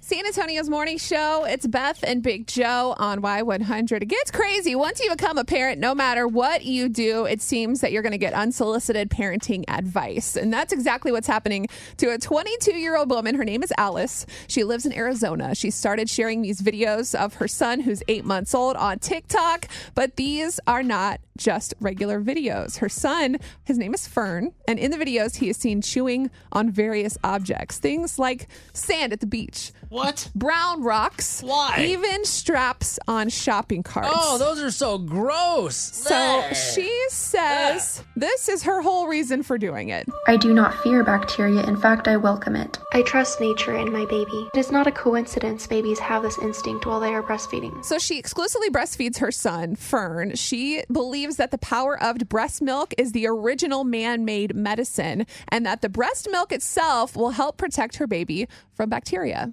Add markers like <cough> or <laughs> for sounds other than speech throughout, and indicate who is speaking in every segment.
Speaker 1: San Antonio's morning show. It's Beth and Big Joe on Y100. It gets crazy. Once you become a parent, no matter what you do, it seems that you're going to get unsolicited parenting advice. And that's exactly what's happening to a 22 year old woman. Her name is Alice. She lives in Arizona. She started sharing these videos of her son, who's eight months old, on TikTok. But these are not just regular videos. Her son, his name is Fern, and in the videos, he is seen chewing on various objects, things like sand at the beach,
Speaker 2: What?
Speaker 1: brown rocks,
Speaker 2: Why?
Speaker 1: even straps on shopping carts.
Speaker 2: Oh, those are so gross.
Speaker 1: so she says this is her whole reason for doing it.
Speaker 3: I do not fear bacteria, in fact, I welcome it.
Speaker 4: I trust nature and my baby. It is not a coincidence babies have this instinct while they are breastfeeding.
Speaker 1: So she exclusively breastfeeds her son, Fern. She believes that the power of breast milk is the original man made medicine and that the breast milk itself will help protect her baby from bacteria.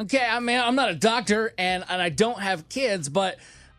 Speaker 2: Okay, I mean, I'm not a doctor and, and I don't have kids, but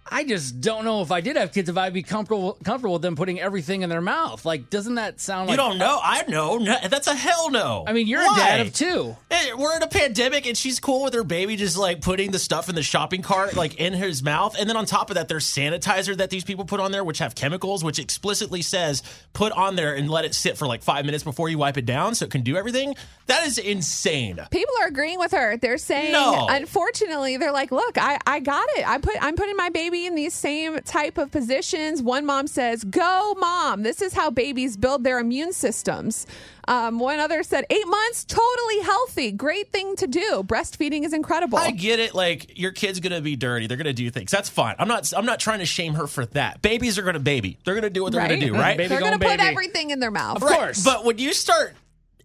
Speaker 2: I just don't know if I did have kids if I'd be comfortable comfortable with them putting everything in their mouth. Like, doesn't that sound
Speaker 5: You
Speaker 2: like
Speaker 5: don't know. I know. No, that's a hell no.
Speaker 2: I mean, you're
Speaker 5: Why?
Speaker 2: a dad of two.
Speaker 5: Hey, We're in a pandemic, and she's cool with her baby just like putting the stuff in the shopping cart, like in his mouth. And then on top of that, there's sanitizer that these people put on there, which have chemicals, which explicitly says put on there and let it sit for like five minutes before you wipe it down, so it can do everything. That is insane.
Speaker 1: People are agreeing with her. They're saying,
Speaker 5: No.
Speaker 1: unfortunately, they're like, look, I, I got it. I put I'm putting my baby in these same type of positions. One mom says, "Go, mom! This is how babies build their immune systems." Um, one other said, eight months, totally healthy, great thing to do. Breastfeeding is incredible.
Speaker 5: I get it. Like your kid's gonna be dirty. They're gonna do things. That's fine. I'm not. I'm not trying to shame her for that. Babies are gonna baby. They're gonna do what they're
Speaker 1: Right.
Speaker 5: gonna do. Right.
Speaker 2: Baby
Speaker 1: they're
Speaker 2: going
Speaker 1: gonna put
Speaker 2: baby.
Speaker 1: everything in their mouth.
Speaker 2: Of
Speaker 5: Right,
Speaker 2: course.
Speaker 5: But when you start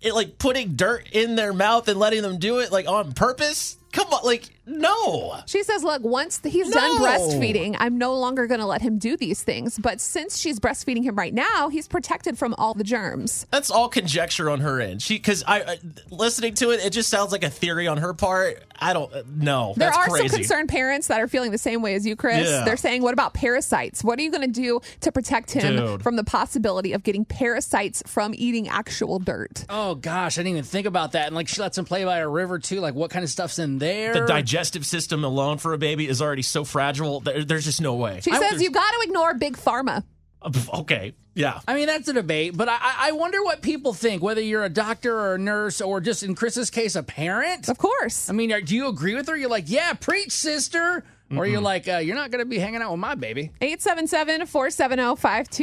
Speaker 5: it, like putting dirt in their mouth and letting them do it like on purpose, come on, like no.
Speaker 1: She says, look, once th- he's done
Speaker 5: No.
Speaker 1: breastfeeding, I'm no longer going to let him do these things. But since she's breastfeeding him right now, he's protected from all the germs.
Speaker 5: That's all conjecture on her end. She because I uh, listening to it, it just sounds like a theory on her part. I don't uh, no.
Speaker 1: There
Speaker 5: that's
Speaker 1: are
Speaker 5: crazy.
Speaker 1: some concerned parents that are feeling the same way as you, Chris.
Speaker 5: Yeah.
Speaker 1: They're saying, what about parasites? What are you going to do to protect him
Speaker 5: Dude.
Speaker 1: from the possibility of getting parasites from eating actual dirt?
Speaker 2: Oh gosh, I didn't even think about that. And like, she lets him play by a river too. Like, what kind of stuff's in there?
Speaker 5: The digestive system alone for a baby is already so fragile. There, there's just no way.
Speaker 1: She
Speaker 5: I-
Speaker 1: says, you got to ignore big pharma.
Speaker 5: okay, yeah.
Speaker 2: I mean, that's a debate, but I- I, I wonder what people think, whether you're a doctor or a nurse or just in Chris's case, a parent.
Speaker 1: Of course.
Speaker 2: I mean, are, do you agree with her? You're like, yeah, preach, sister. Or you're like, uh, you're not going to be hanging out with my baby.
Speaker 1: 877 470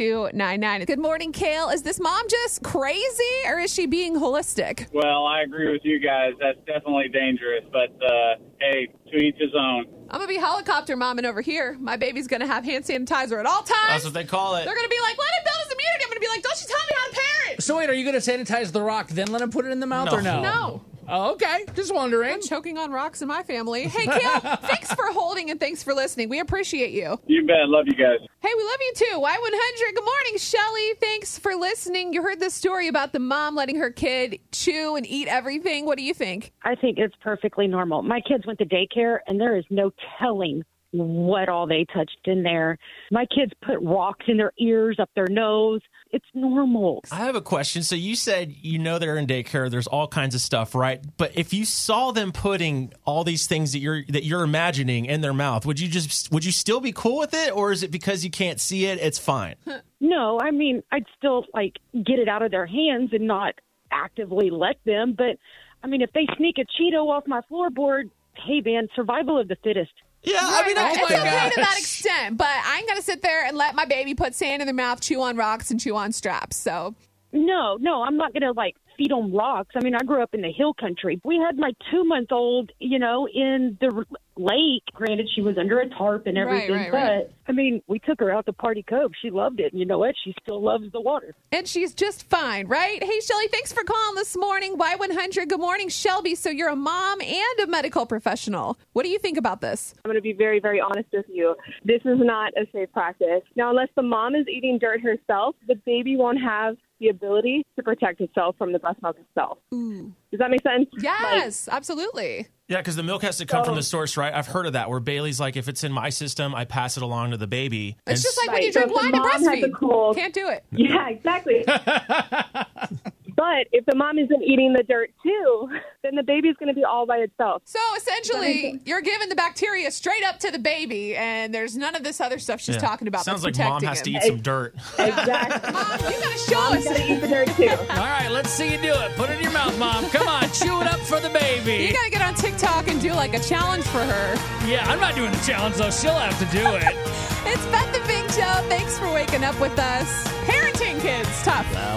Speaker 1: 5299. Good morning, Kale. Is this mom just crazy or is she being holistic?
Speaker 6: Well, I agree with you guys. That's definitely dangerous, but uh, hey, to each his own.
Speaker 1: I'm going to be helicopter momming over here. My baby's going to have hand sanitizer at all times.
Speaker 5: That's what they call it.
Speaker 1: They're going to be like, let him build his immunity. I'm going to be like, don't you tell me how to parent.
Speaker 2: So wait, are you going to sanitize the rock, then let him put it in the mouth, or no?
Speaker 5: No.
Speaker 1: No.
Speaker 2: Oh, okay, just wondering.
Speaker 1: I'm choking on rocks in my family. Hey, Kale, thanks for holding and thanks for listening. We appreciate you.
Speaker 6: You bet. Love you guys.
Speaker 1: Hey, we love you too. Y100. Good morning, Shelly. Thanks for listening. You heard the story about the mom letting her kid chew and eat everything. What do you think?
Speaker 7: I think it's perfectly normal. My kids went to daycare, and there is no telling what all they touched in there. My kids put rocks in their ears, up their nose. It's normal.
Speaker 5: I have a question. So you said you know they're in daycare. There's all kinds of stuff, right? But if you saw them putting all these things that you're that you're imagining in their mouth, would you just would you still be cool with it, or is it because you can't see it?
Speaker 1: <laughs>
Speaker 5: It's fine.
Speaker 7: No, I mean, I'd still like get it out of their hands and not actively let them. But I mean, if they sneak a Cheeto off my floorboard, hey, man, survival of the fittest.
Speaker 5: Yeah, I mean, oh I
Speaker 1: it's
Speaker 5: can
Speaker 1: okay
Speaker 5: like,
Speaker 1: to that extent, but I'm going to sit there and let my baby put sand in their mouth, chew on rocks, and chew on straps. So
Speaker 7: No, no, I'm not going to like feed on rocks. I mean, I grew up in the hill country. We had my two month old, you know, in the r- lake. Granted, she was under a tarp and
Speaker 1: Right,
Speaker 7: everything,
Speaker 1: right,
Speaker 7: but
Speaker 1: right.
Speaker 7: I mean, we took her out to Party Cove. She loved it. And you know what? She still loves the water.
Speaker 1: And she's just fine, right? Hey, Shelly, thanks for calling this morning. Y100, good morning, Shelby. So you're a mom and a medical professional. What do you think about this?
Speaker 8: I'm going to be very, very honest with you. This is not a safe practice. Now, unless the mom is eating dirt herself, the baby won't have the ability to protect itself from the breast milk itself. Does that make sense?
Speaker 1: Yes, absolutely.
Speaker 5: <laughs> yeah, because the milk has to come from
Speaker 1: Oh.
Speaker 5: the source, right? I've heard of that. Where Bailey's like, if it's in my system, I pass it along to the baby.
Speaker 1: It's just like when
Speaker 8: Right,
Speaker 1: you drink
Speaker 8: so if
Speaker 1: wine
Speaker 8: the
Speaker 1: to
Speaker 8: mom has a
Speaker 1: breastfeed.
Speaker 8: cold-
Speaker 1: Can't do it.
Speaker 8: Yeah, exactly. But if the mom isn't eating the dirt too, then the baby's going to be all by itself.
Speaker 1: So essentially, you're giving the bacteria straight up to the baby, and there's none of this other stuff she's
Speaker 5: Yeah.
Speaker 1: talking about.
Speaker 5: Sounds like
Speaker 1: that's
Speaker 5: mom
Speaker 1: protecting
Speaker 5: has to
Speaker 1: him.
Speaker 5: eat some dirt.
Speaker 8: Exactly.
Speaker 1: Mom, you gotta show us.
Speaker 8: Got to eat the dirt too.
Speaker 2: All right, let's see you do it. Put it in your mouth, mom. Come on, chew it up for the baby. <laughs>
Speaker 1: You gotta get on TikTok and do like a challenge for her.
Speaker 2: yeah, I'm not doing the challenge though. She'll have to do it.
Speaker 1: It's Beth the Big Joe. Thanks for waking up with us. Parenting kids, tough.